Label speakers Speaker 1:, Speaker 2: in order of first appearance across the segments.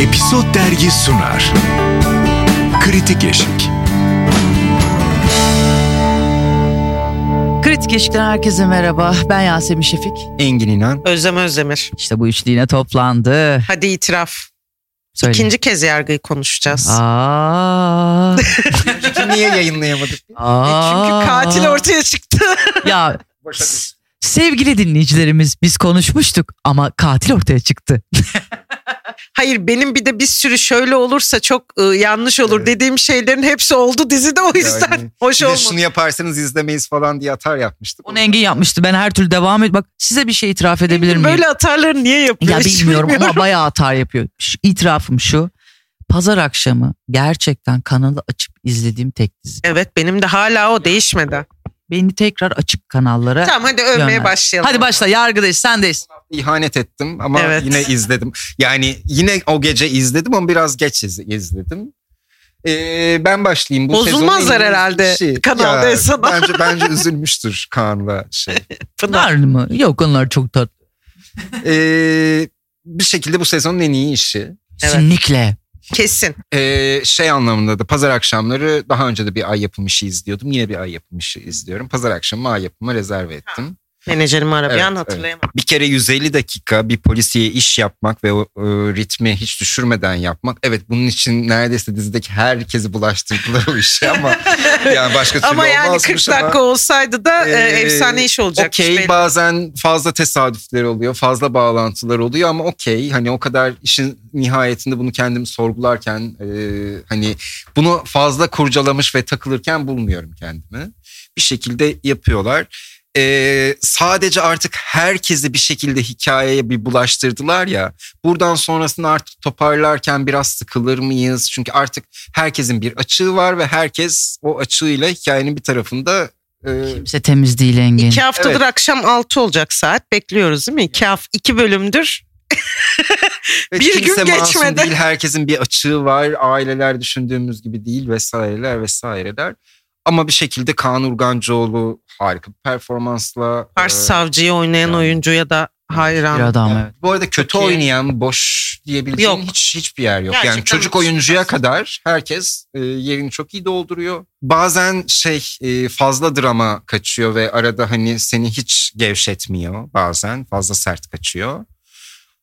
Speaker 1: Episod Dergi sunar. Kritik Eşik.
Speaker 2: Kritik Eşik'ten herkese merhaba. Ben Yasemin Şefik.
Speaker 3: Engin İnan.
Speaker 4: Özlem Özdemir.
Speaker 2: İşte bu üçlüğüne toplandı.
Speaker 4: Hadi itiraf.
Speaker 2: Söyle.
Speaker 4: İkinci kez yargıyı konuşacağız.
Speaker 2: Aa,
Speaker 3: Çünkü niye yayınlayamadık?
Speaker 4: E, Çünkü katil ortaya çıktı.
Speaker 2: Ya
Speaker 3: Boşa
Speaker 2: s- sevgili dinleyicilerimiz biz konuşmuştuk ama katil ortaya çıktı.
Speaker 4: Hayır benim bir de bir sürü şöyle olursa çok e, yanlış olur
Speaker 3: Evet.
Speaker 4: dediğim şeylerin hepsi oldu dizide o yüzden
Speaker 3: Yani
Speaker 4: hoş
Speaker 3: Bir de
Speaker 4: olmadı.
Speaker 3: şunu yaparsanız izlemeyiz falan diye atar yapmıştık.
Speaker 2: Onu Engin yapmıştı. Ben her türlü devam et. Bak size bir şey itiraf edebilir miyim?
Speaker 4: Böyle atarları niye yapıyor?
Speaker 2: Ya
Speaker 4: hiç
Speaker 2: bilmiyorum ama bayağı atar yapıyor. Şu, itirafım şu. Pazar akşamı gerçekten kanalı açıp izlediğim tek dizi.
Speaker 4: Evet benim de hala o değişmedi.
Speaker 2: Beni tekrar açık kanallara.
Speaker 4: Tamam hadi övmeye
Speaker 2: Yönler.
Speaker 4: başlayalım.
Speaker 2: Hadi başla yargıdayız sendeyiz.
Speaker 3: İhanet ettim ama
Speaker 4: Evet.
Speaker 3: yine izledim. Yani yine o gece izledim ama biraz geç iz- izledim. Ee, ben başlayayım. Bu
Speaker 4: Bozulmazlar
Speaker 3: sezonun en iyi
Speaker 4: herhalde
Speaker 3: işi.
Speaker 4: Kanal
Speaker 3: Ya,
Speaker 4: D'sana.
Speaker 3: Bence, bence üzülmüştür Kaan'la şey.
Speaker 2: Pınar mı? Yok onlar çok tatlı.
Speaker 3: Ee, bir şekilde bu sezonun en iyi işi.
Speaker 4: Evet.
Speaker 2: Kesinlikle.
Speaker 4: Kesin.
Speaker 3: Ee, şey anlamında da pazar akşamları daha önce de bir ay yapımı işi izliyordum. Yine bir ay yapımı işi izliyorum. Pazar akşamı ay yapımı rezerve ettim.
Speaker 4: Menajerimi arayan
Speaker 3: Evet,
Speaker 4: hatırlayamadım.
Speaker 3: bir kere 150 dakika bir polisiye iş yapmak ve o e, ritmi hiç düşürmeden yapmak. Evet bunun için neredeyse dizideki herkesi bulaştırdılar o işe ama yani başka türlü
Speaker 4: Ama yani 40
Speaker 3: olmazmış ama-
Speaker 4: dakika olsaydı da e,
Speaker 3: Ee,
Speaker 4: efsane iş olacakmış.
Speaker 3: Okey
Speaker 4: benim.
Speaker 3: bazen fazla tesadüfler oluyor, fazla bağlantılar oluyor ama okey hani o kadar işin nihayetinde bunu kendimi sorgularken e, hani bunu fazla kurcalamış ve takılırken bulmuyorum kendimi. Bir şekilde yapıyorlar. E, sadece artık herkesi bir şekilde hikayeye bir bulaştırdılar ya. Buradan sonrasını artık toparlarken biraz sıkılır mıyız? Çünkü artık herkesin bir açığı var ve herkes o açığıyla hikayenin bir tarafında e,
Speaker 2: Kimse temiz değil Engin.
Speaker 4: İki haftadır
Speaker 3: Evet.
Speaker 4: akşam 6 olacak saat. Bekliyoruz değil mi? İki, haf- iki bölümdür.
Speaker 3: Ve
Speaker 4: Bir
Speaker 3: kimse
Speaker 4: gün
Speaker 3: masum
Speaker 4: geçmeden.
Speaker 3: Değil, herkesin bir açığı var. Aileler düşündüğümüz gibi değil vesaireler vesaireler. Ama bir şekilde Kaan Urgancıoğlu harika bir performansla.
Speaker 4: Pars
Speaker 3: e,
Speaker 4: Savcı'yı oynayan
Speaker 3: yani.
Speaker 4: oyuncuya da hayran.
Speaker 2: Bir adam. evet.
Speaker 3: evet. Bu arada kötü
Speaker 4: iyi.
Speaker 3: oynayan, boş diyebileceğin
Speaker 4: Yok.
Speaker 3: hiç hiçbir yer yok.
Speaker 4: Gerçekten
Speaker 3: yani çocuk
Speaker 4: hiç.
Speaker 3: oyuncuya kadar herkes e, yerini çok iyi dolduruyor. Bazen şey e, fazla drama kaçıyor ve arada hani seni hiç gevşetmiyor bazen. Fazla sert kaçıyor.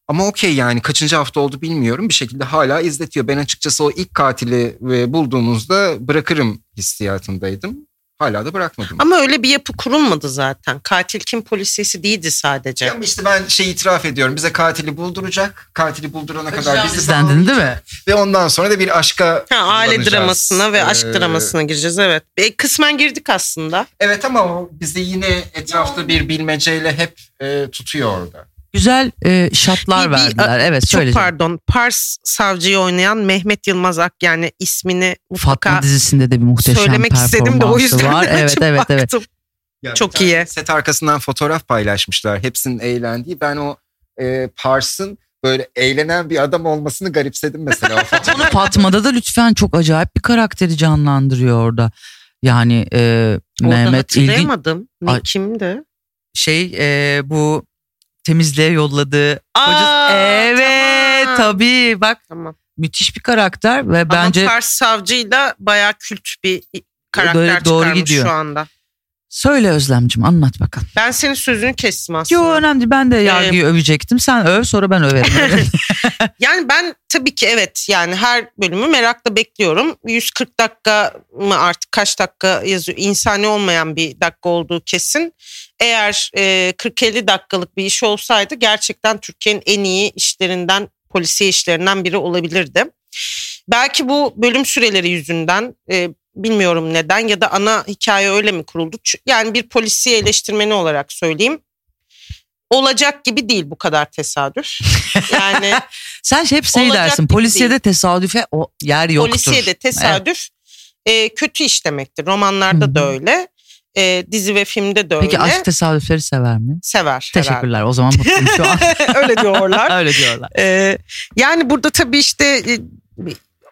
Speaker 3: Ama okey yani kaçıncı hafta oldu bilmiyorum. Bir şekilde hala izletiyor. Ben açıkçası o ilk katili e, bulduğumuzda bırakırım hissiyatındaydım. Hala da bırakmadım.
Speaker 4: Ama öyle bir yapı kurulmadı zaten. Katil kim polisiyesi değildi sadece.
Speaker 3: Ama işte ben şey itiraf ediyorum. Bize katili bulduracak. Katili buldurana kadar bizi
Speaker 2: Bizden dedin değil mi?
Speaker 3: Ve ondan sonra da bir aşka
Speaker 4: Ha, aile
Speaker 3: kullanacağız.
Speaker 4: dramasına ve aşk
Speaker 3: Ee,
Speaker 4: dramasına gireceğiz evet. E, kısmen girdik aslında.
Speaker 3: Evet ama o bizi yine etrafta bir bilmeceyle hep e, tutuyor orada.
Speaker 2: Güzel e, şatlar
Speaker 4: Bir- bir-
Speaker 2: verdiler. evet
Speaker 4: Çok
Speaker 2: söyle. canım.
Speaker 4: pardon. Pars Savcı'yı oynayan Mehmet Yılmaz Ak yani ismini
Speaker 2: Fatma
Speaker 4: mutlaka
Speaker 2: dizisinde de bir muhteşem
Speaker 4: söylemek istedim de o
Speaker 2: performansı
Speaker 4: yüzden
Speaker 2: var.
Speaker 4: de
Speaker 2: Evet
Speaker 4: açıp
Speaker 2: evet evet.
Speaker 4: baktım.
Speaker 3: Yani
Speaker 4: Çok
Speaker 3: bir tane
Speaker 4: iyi.
Speaker 3: Set arkasından fotoğraf paylaşmışlar. Hepsinin eğlendiği. Ben o e, Pars'ın böyle eğlenen bir adam olmasını garipsedim mesela. o fotoğraf.
Speaker 2: Onu Fatma'da da lütfen çok acayip bir karakteri canlandırıyor orada. Yani e,
Speaker 4: Orada
Speaker 2: Mehmet ilginç
Speaker 4: hatırlayamadım. Ne,
Speaker 2: Ay.
Speaker 4: kimdi?
Speaker 2: şey e, bu temizliğe yolladığı
Speaker 4: Aa,
Speaker 2: kocası- Evet
Speaker 4: tamam.
Speaker 2: tabii bak
Speaker 4: Tamam.
Speaker 2: müthiş bir karakter ve
Speaker 4: Bence
Speaker 2: bence
Speaker 4: Pars Savcı'yla bayağı kült bir
Speaker 2: Doğru-
Speaker 4: karakter
Speaker 2: doğru
Speaker 4: çıkarmış
Speaker 2: gidiyor.
Speaker 4: şu anda.
Speaker 2: söyle Özlemcim anlat bakalım.
Speaker 4: Ben senin sözünü kestim aslında.
Speaker 2: Yo önemli değil. ben de
Speaker 4: Ee,
Speaker 2: yargıyı övecektim. Sen öv sonra ben överim.
Speaker 4: Yani ben tabii ki evet yani her bölümü merakla bekliyorum. 140 dakika mı artık kaç dakika yazıyor insani olmayan bir dakika olduğu kesin. Eğer e, 40-50 dakikalık bir iş olsaydı gerçekten Türkiye'nin en iyi işlerinden polisiye işlerinden biri olabilirdi. Belki bu bölüm süreleri yüzünden e, bilmiyorum neden ya da ana hikaye öyle mi kuruldu? Ç- Yani bir polisiye eleştirmeni olarak söyleyeyim. Olacak gibi değil bu kadar tesadüf. Yani
Speaker 2: Sen hep şey
Speaker 4: Olacak
Speaker 2: dersin.
Speaker 4: gibi
Speaker 2: Polisiye de
Speaker 4: değil.
Speaker 2: tesadüfe o yer yoktur.
Speaker 4: Polisiye de tesadüf e, kötü iş demektir. Romanlarda
Speaker 2: Hı hı.
Speaker 4: da öyle. E, dizi ve filmde de
Speaker 2: Peki
Speaker 4: öyle.
Speaker 2: aşk tesadüfleri sever mi?
Speaker 4: Sever
Speaker 2: Teşekkürler. O zaman mutluyum şu an.
Speaker 4: herhalde. öyle diyorlar.
Speaker 2: Öyle diyorlar.
Speaker 4: E, yani burada tabii işte e,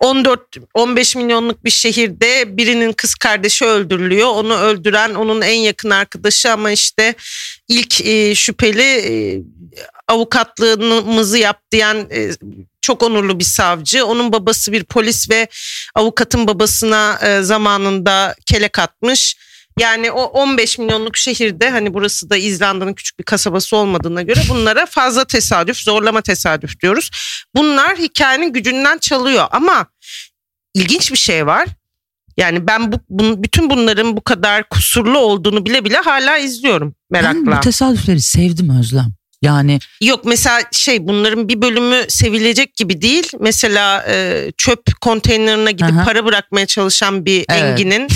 Speaker 4: 14-15 milyonluk bir şehirde birinin kız kardeşi öldürülüyor. Onu öldüren onun en yakın arkadaşı ama işte ilk e, şüpheli e, avukatlığımızı yap diyen e, çok onurlu bir savcı. Onun babası bir polis ve avukatın babasına e, zamanında kelek atmış. Yani o 15 milyonluk şehirde hani burası da İzlanda'nın küçük bir kasabası olmadığına göre bunlara fazla tesadüf, zorlama tesadüf diyoruz. Bunlar hikayenin gücünden çalıyor ama ilginç bir şey var. Yani ben bu, bun- bütün bunların bu kadar kusurlu olduğunu bile bile hala izliyorum merakla.
Speaker 2: Ben bu tesadüfleri sevdim Özlem. Yani
Speaker 4: Yok mesela şey bunların bir bölümü sevilecek gibi değil. Mesela e, çöp konteynerine gidip
Speaker 2: Aha.
Speaker 4: para bırakmaya çalışan bir
Speaker 2: Evet.
Speaker 4: Engin'in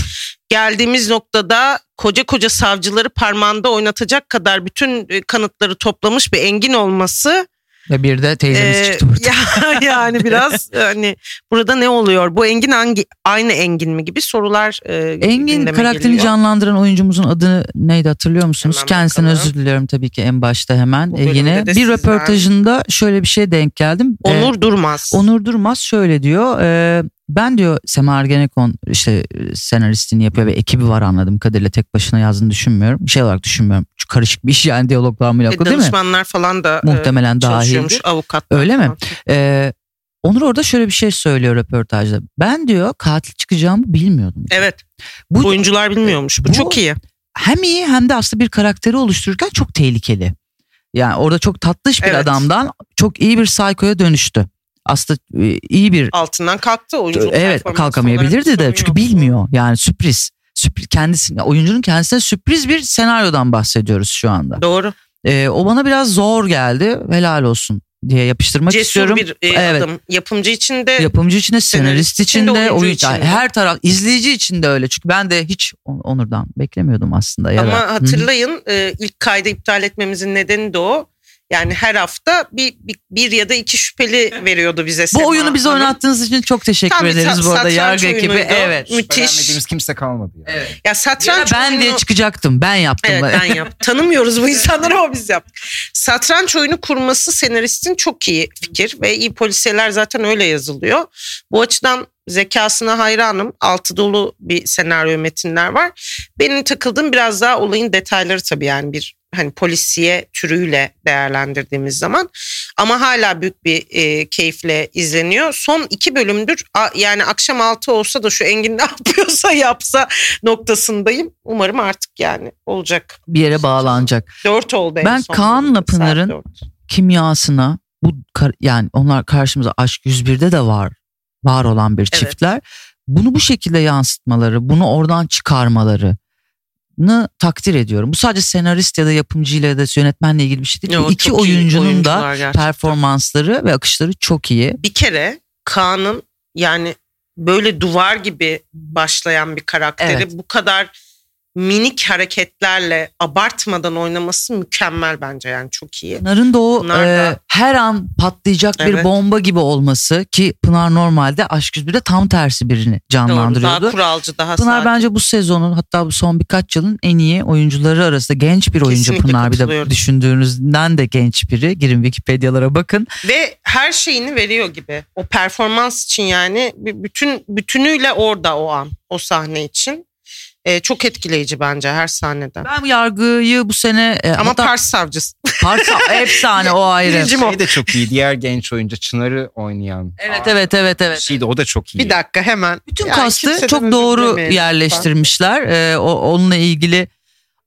Speaker 4: geldiğimiz noktada koca koca savcıları parmağında oynatacak kadar bütün e, kanıtları toplamış bir Engin olması
Speaker 2: ve bir de teyzemiz
Speaker 4: e,
Speaker 2: çıktı burada.
Speaker 4: ya- yani biraz hani burada ne oluyor? Bu Engin hangi aynı Engin mi gibi sorular e,
Speaker 2: Engin
Speaker 4: gündeme
Speaker 2: karakterini
Speaker 4: geliyor.
Speaker 2: canlandıran oyuncumuzun adı neydi hatırlıyor musunuz?
Speaker 4: Hemen
Speaker 2: Kendisine
Speaker 4: bakalım.
Speaker 2: özür diliyorum tabii ki en başta hemen.
Speaker 4: Bu
Speaker 2: E, yine
Speaker 4: bölümde
Speaker 2: bir
Speaker 4: de sizden-
Speaker 2: röportajında şöyle bir şeye denk geldim. E,
Speaker 4: Onur Durmaz.
Speaker 2: Onur Durmaz şöyle diyor. e, ben diyor Sema Ergenekon işte e, senaristini yapıyor ve ekibi var anladım. Kadir'le tek başına yazdığını düşünmüyorum. Şey olarak düşünmüyorum. Şu karışık bir iş yani diyaloglar mı
Speaker 4: E,
Speaker 2: değil mi?
Speaker 4: danışmanlar falan da e,
Speaker 2: Muhtemelen dahil.
Speaker 4: çalışıyormuş avukat.
Speaker 2: Öyle mi? E, Onur orada şöyle bir şey söylüyor röportajda. Ben diyor katil çıkacağımı bilmiyordum.
Speaker 4: Evet.
Speaker 2: Bu-
Speaker 4: oyuncular bilmiyormuş. Bu,
Speaker 2: Bu-
Speaker 4: çok iyi.
Speaker 2: hem iyi hem de aslında bir karakteri oluştururken çok tehlikeli. Yani orada çok tatlış bir
Speaker 4: Evet.
Speaker 2: adamdan çok iyi bir psikoya dönüştü. Aslında e, iyi bir
Speaker 4: Altından kalktı oyuncu.
Speaker 2: evet kalkamayabilirdi de çünkü bilmiyor yani sürpriz. Sürpriz kendisi oyuncunun kendisine sürpriz bir senaryodan bahsediyoruz şu anda.
Speaker 4: Doğru.
Speaker 2: E, o bana biraz zor geldi. Helal olsun diye yapıştırmak
Speaker 4: Cesur
Speaker 2: istiyorum.
Speaker 4: bir e,
Speaker 2: Evet.
Speaker 4: adım. Yapımcı için de
Speaker 2: Yapımcı için de, senarist
Speaker 4: Senarist
Speaker 2: için
Speaker 4: için de,
Speaker 2: de,
Speaker 4: oyuncu
Speaker 2: oyun-
Speaker 4: için
Speaker 2: yani
Speaker 4: de.
Speaker 2: her taraf izleyici için de öyle. Çünkü ben de hiç On- Onur'dan beklemiyordum aslında. ya da-
Speaker 4: ama
Speaker 2: Hı hı.
Speaker 4: hatırlayın e, ilk kaydı iptal etmemizin nedeni de o. Yani her hafta bir, bir, bir ya da iki şüpheli veriyordu bize.
Speaker 2: Bu
Speaker 4: Sema
Speaker 2: oyunu bize
Speaker 4: Hanım.
Speaker 2: oynattığınız için çok teşekkür
Speaker 4: Tam bir
Speaker 2: ederiz
Speaker 4: sa-
Speaker 2: bu arada
Speaker 4: satranç
Speaker 2: yargı ekibi.
Speaker 4: oyunuydu.
Speaker 2: Evet.
Speaker 4: Müthiş.
Speaker 3: Öğrenmediğimiz kimse kalmadı. Yani.
Speaker 4: Ya
Speaker 2: Ya
Speaker 4: satranç
Speaker 2: ben
Speaker 4: oyunu-
Speaker 2: diye çıkacaktım. Ben yaptım.
Speaker 4: Evet ben yaptım. Tanımıyoruz bu insanları ama biz yaptık. Satranç oyunu kurması senaristin çok iyi fikir ve iyi polisiyeler zaten öyle yazılıyor. Bu açıdan zekasına hayranım. Altı dolu bir senaryo metinler var. Benim takıldığım biraz daha olayın detayları tabii yani bir hani polisiye türüyle değerlendirdiğimiz zaman ama hala büyük bir e, keyifle izleniyor. Son iki bölümdür a- yani akşam altı olsa da şu Engin ne yapıyorsa yapsa noktasındayım. Umarım artık yani olacak.
Speaker 2: Bir yere bağlanacak.
Speaker 4: Dört oldu en
Speaker 2: Ben
Speaker 4: son
Speaker 2: Kaan'la
Speaker 4: bölümde, saat
Speaker 2: Pınar'ın
Speaker 4: dört.
Speaker 2: Kimyasına bu kar- yani onlar karşımıza aşk 101'de de var. Var olan bir
Speaker 4: Evet.
Speaker 2: çiftler. Bunu bu şekilde yansıtmaları, bunu oradan çıkarmaları takdir ediyorum. Bu sadece senarist ya da yapımcıyla ya da yönetmenle ilgili bir şey değil.
Speaker 4: Yo,
Speaker 2: Bu İki
Speaker 4: çok iyi
Speaker 2: oyuncunun da
Speaker 4: oyuncular gerçekten.
Speaker 2: performansları ve akışları çok iyi.
Speaker 4: bir kere Kaan'ın yani böyle duvar gibi başlayan bir karakteri
Speaker 2: Evet.
Speaker 4: bu kadar minik hareketlerle abartmadan oynaması mükemmel bence yani çok iyi.
Speaker 2: Pınar'ın da o
Speaker 4: Pınar da-
Speaker 2: e, her an patlayacak bir
Speaker 4: Evet.
Speaker 2: bomba gibi olması ki Pınar normalde Aşk 101'de tam tersi birini
Speaker 4: Doğru, daha
Speaker 2: canlandırıyordu.
Speaker 4: kuralcı daha
Speaker 2: Pınar
Speaker 4: sakin.
Speaker 2: bence bu sezonun hatta bu son birkaç yılın en iyi oyuncuları arasında genç bir oyuncu
Speaker 4: Kesinlikle
Speaker 2: Pınar bir de
Speaker 4: katılıyorum.
Speaker 2: düşündüğünüzden de genç biri. Girin Wikipedia'lara bakın.
Speaker 4: ve her şeyini veriyor gibi. O performans için yani b- bütün bütünüyle orada o an o sahne için. Ee, çok etkileyici bence her sahnede.
Speaker 2: Ben bu yargıyı bu sene e,
Speaker 4: Ama
Speaker 2: hatta
Speaker 4: Pars savcısı.
Speaker 2: Parsa efsane o ayrı.
Speaker 4: Birinci- Kim o?
Speaker 3: Şey de çok iyi. Diğer genç oyuncu Çınar'ı oynayan.
Speaker 2: Evet evet evet evet.
Speaker 3: Şeydi o da çok iyi.
Speaker 4: Bir dakika hemen.
Speaker 2: Bütün
Speaker 4: Ya,
Speaker 2: kastı
Speaker 4: kimseden
Speaker 2: çok
Speaker 4: özür
Speaker 2: doğru
Speaker 4: dilemeyelim.
Speaker 2: yerleştirmişler. Ee, o, onunla ilgili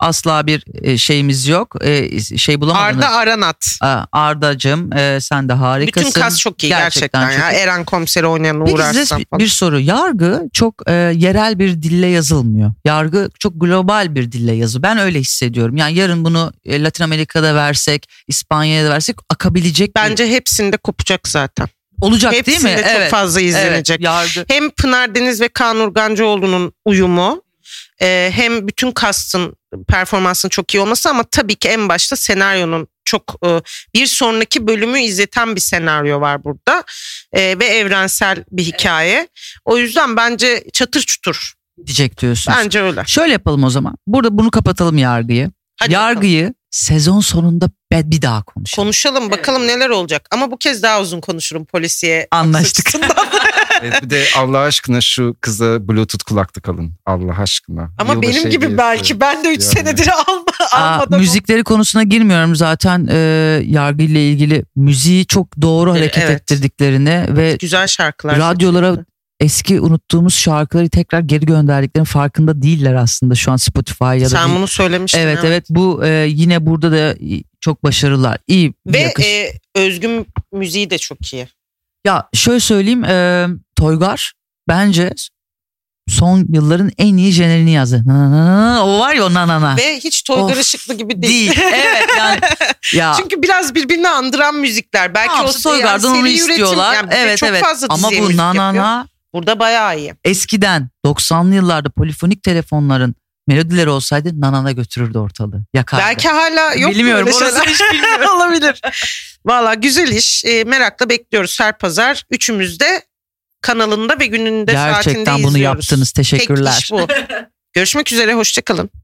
Speaker 2: asla bir e, şeyimiz yok. Ee, şey bulamadınız.
Speaker 4: Arda Aranat.
Speaker 2: Aa, Ardacığım e, sen de harikasın.
Speaker 4: Bütün kas çok iyi gerçekten,
Speaker 2: çok
Speaker 4: ya.
Speaker 2: iyi.
Speaker 4: Eren komiseri oynayan Uğur
Speaker 2: Peki size
Speaker 4: Arslan falan.
Speaker 2: bir soru. Yargı çok e, yerel bir dille yazılmıyor. Yargı çok global bir dille yazı. Ben öyle hissediyorum. Yani yarın bunu e, Latin Amerika'da versek, İspanya'da versek akabilecek bir-
Speaker 4: Bence hepsinde kopacak zaten.
Speaker 2: olacak değil mi?
Speaker 4: Hepsinde çok fazla izlenecek.
Speaker 2: Evet, yargı.
Speaker 4: Hem Pınar Deniz ve Kaan Urgancıoğlu'nun uyumu e, hem bütün kastın performansının çok iyi olması ama tabii ki en başta senaryonun çok e, bir sonraki bölümü izleten bir senaryo var burada E, ve evrensel bir hikaye. O yüzden bence çatır çutur.
Speaker 2: Diyecek diyorsunuz.
Speaker 4: Bence öyle.
Speaker 2: Şöyle yapalım o zaman. Burada bunu kapatalım yargıyı.
Speaker 4: Hadi bakalım.
Speaker 2: yargıyı sezon sonunda be- bir daha konuşalım.
Speaker 4: konuşalım bakalım neler olacak ama bu kez daha uzun konuşurum polisiye
Speaker 2: Anlaştık.
Speaker 4: açısından.
Speaker 3: Evet, bir de Allah aşkına şu kıza bluetooth kulaklık alın. Allah aşkına.
Speaker 4: Ama
Speaker 3: Yılda
Speaker 4: benim
Speaker 3: şey
Speaker 4: gibi
Speaker 3: diye-
Speaker 4: belki ben de 3
Speaker 3: Yani.
Speaker 4: senedir alma,
Speaker 2: Aa,
Speaker 4: almadım.
Speaker 2: müzikleri konusuna girmiyorum zaten e, yargıyla ilgili müziği çok doğru hareket
Speaker 4: evet.
Speaker 2: ettirdiklerini ve
Speaker 4: Güzel şarkılar.
Speaker 2: radyolara
Speaker 4: seçildi.
Speaker 2: eski unuttuğumuz şarkıları tekrar geri gönderdiklerinin farkında değiller aslında şu an Spotify ya da
Speaker 4: Sen
Speaker 2: değil.
Speaker 4: bunu söylemiştin.
Speaker 2: Evet
Speaker 4: ha.
Speaker 2: evet bu e, yine burada da çok başarılılar. İyi bir
Speaker 4: Ve
Speaker 2: yakış-
Speaker 4: e, özgün müziği de çok iyi.
Speaker 2: Ya şöyle söyleyeyim e, Toygar bence son yılların en iyi jenerini yazdı. Na, na, na, na. O var ya o na na na.
Speaker 4: Ve hiç Toygar
Speaker 2: Ah, Of,
Speaker 4: Işıklı gibi değil.
Speaker 2: Değil. Evet yani. Ya.
Speaker 4: Çünkü biraz birbirini andıran müzikler. Belki
Speaker 2: Tamam,
Speaker 4: o
Speaker 2: Soygar'dan
Speaker 4: yani
Speaker 2: onu
Speaker 4: seri üretim.
Speaker 2: istiyorlar.
Speaker 4: Yani bize
Speaker 2: evet
Speaker 4: çok
Speaker 2: evet.
Speaker 4: fazla
Speaker 2: Ama
Speaker 4: diziye
Speaker 2: bu
Speaker 4: müzik
Speaker 2: na na
Speaker 4: yapıyor.
Speaker 2: na
Speaker 4: Burada bayağı iyi.
Speaker 2: eskiden 90'lı yıllarda polifonik telefonların melodileri olsaydı nanana götürürdü ortalığı. Yakardı.
Speaker 4: Belki hala yok
Speaker 2: Bilmiyorum,
Speaker 4: böyle
Speaker 2: orasını
Speaker 4: şeyler.
Speaker 2: hiç bilmiyorum.
Speaker 4: Olabilir. Valla güzel iş. E, merakla bekliyoruz her pazar. Üçümüz de kanalında ve gününde saatinde
Speaker 2: Gerçekten bunu
Speaker 4: izliyoruz.
Speaker 2: yaptınız.
Speaker 4: Tek
Speaker 2: Teşekkürler.
Speaker 4: iş bu. Görüşmek üzere. Hoşçakalın.